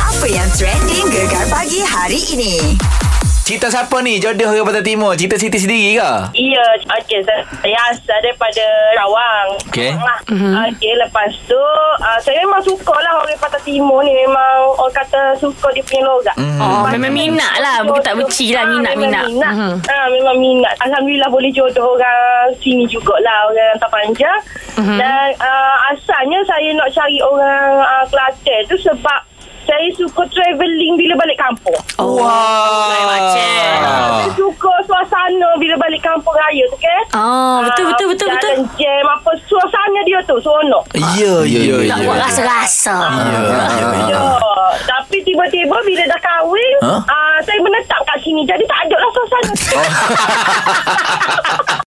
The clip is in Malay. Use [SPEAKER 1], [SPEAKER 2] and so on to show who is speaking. [SPEAKER 1] Apa yang trending gegar pagi hari ini?
[SPEAKER 2] Cerita siapa ni? Jodoh ke Pantai Timur? Cerita Siti sendiri ke?
[SPEAKER 3] Ya, okey. Saya asal daripada Rawang.
[SPEAKER 2] Okey.
[SPEAKER 3] Lah.
[SPEAKER 4] Mhm.
[SPEAKER 3] Okey, lepas tu uh, saya memang suka lah orang Pantai Timur ni. Memang orang kata suka dia punya logat. Mm.
[SPEAKER 4] Oh, memang minat lah. Bukan tak benci lah. Minat-minat.
[SPEAKER 3] Ah, Memang minat. Mm-hmm. Ha, memang minat. Alhamdulillah boleh jodoh orang sini jugalah. Orang tak panjang.
[SPEAKER 4] Mhm.
[SPEAKER 3] Mm-hmm. Dan uh, asalnya saya nak cari orang uh, Kelantan tu sebab saya suka travelling bila balik kampung.
[SPEAKER 2] Oh.
[SPEAKER 4] Lain macam.
[SPEAKER 3] Saya suka suasana bila balik kampung raya tu kan.
[SPEAKER 4] Oh,
[SPEAKER 3] Ah,
[SPEAKER 4] betul, betul, betul, betul.
[SPEAKER 3] Jalan jam apa suasana dia tu seronok.
[SPEAKER 2] Ya, ya, ya.
[SPEAKER 4] Tak buat lah rasa-rasa.
[SPEAKER 3] Ya. Tapi tiba-tiba bila dah kahwin, ah,
[SPEAKER 2] Huh?
[SPEAKER 3] huh? uh, saya menetap kat sini. Jadi tak ada lah suasana.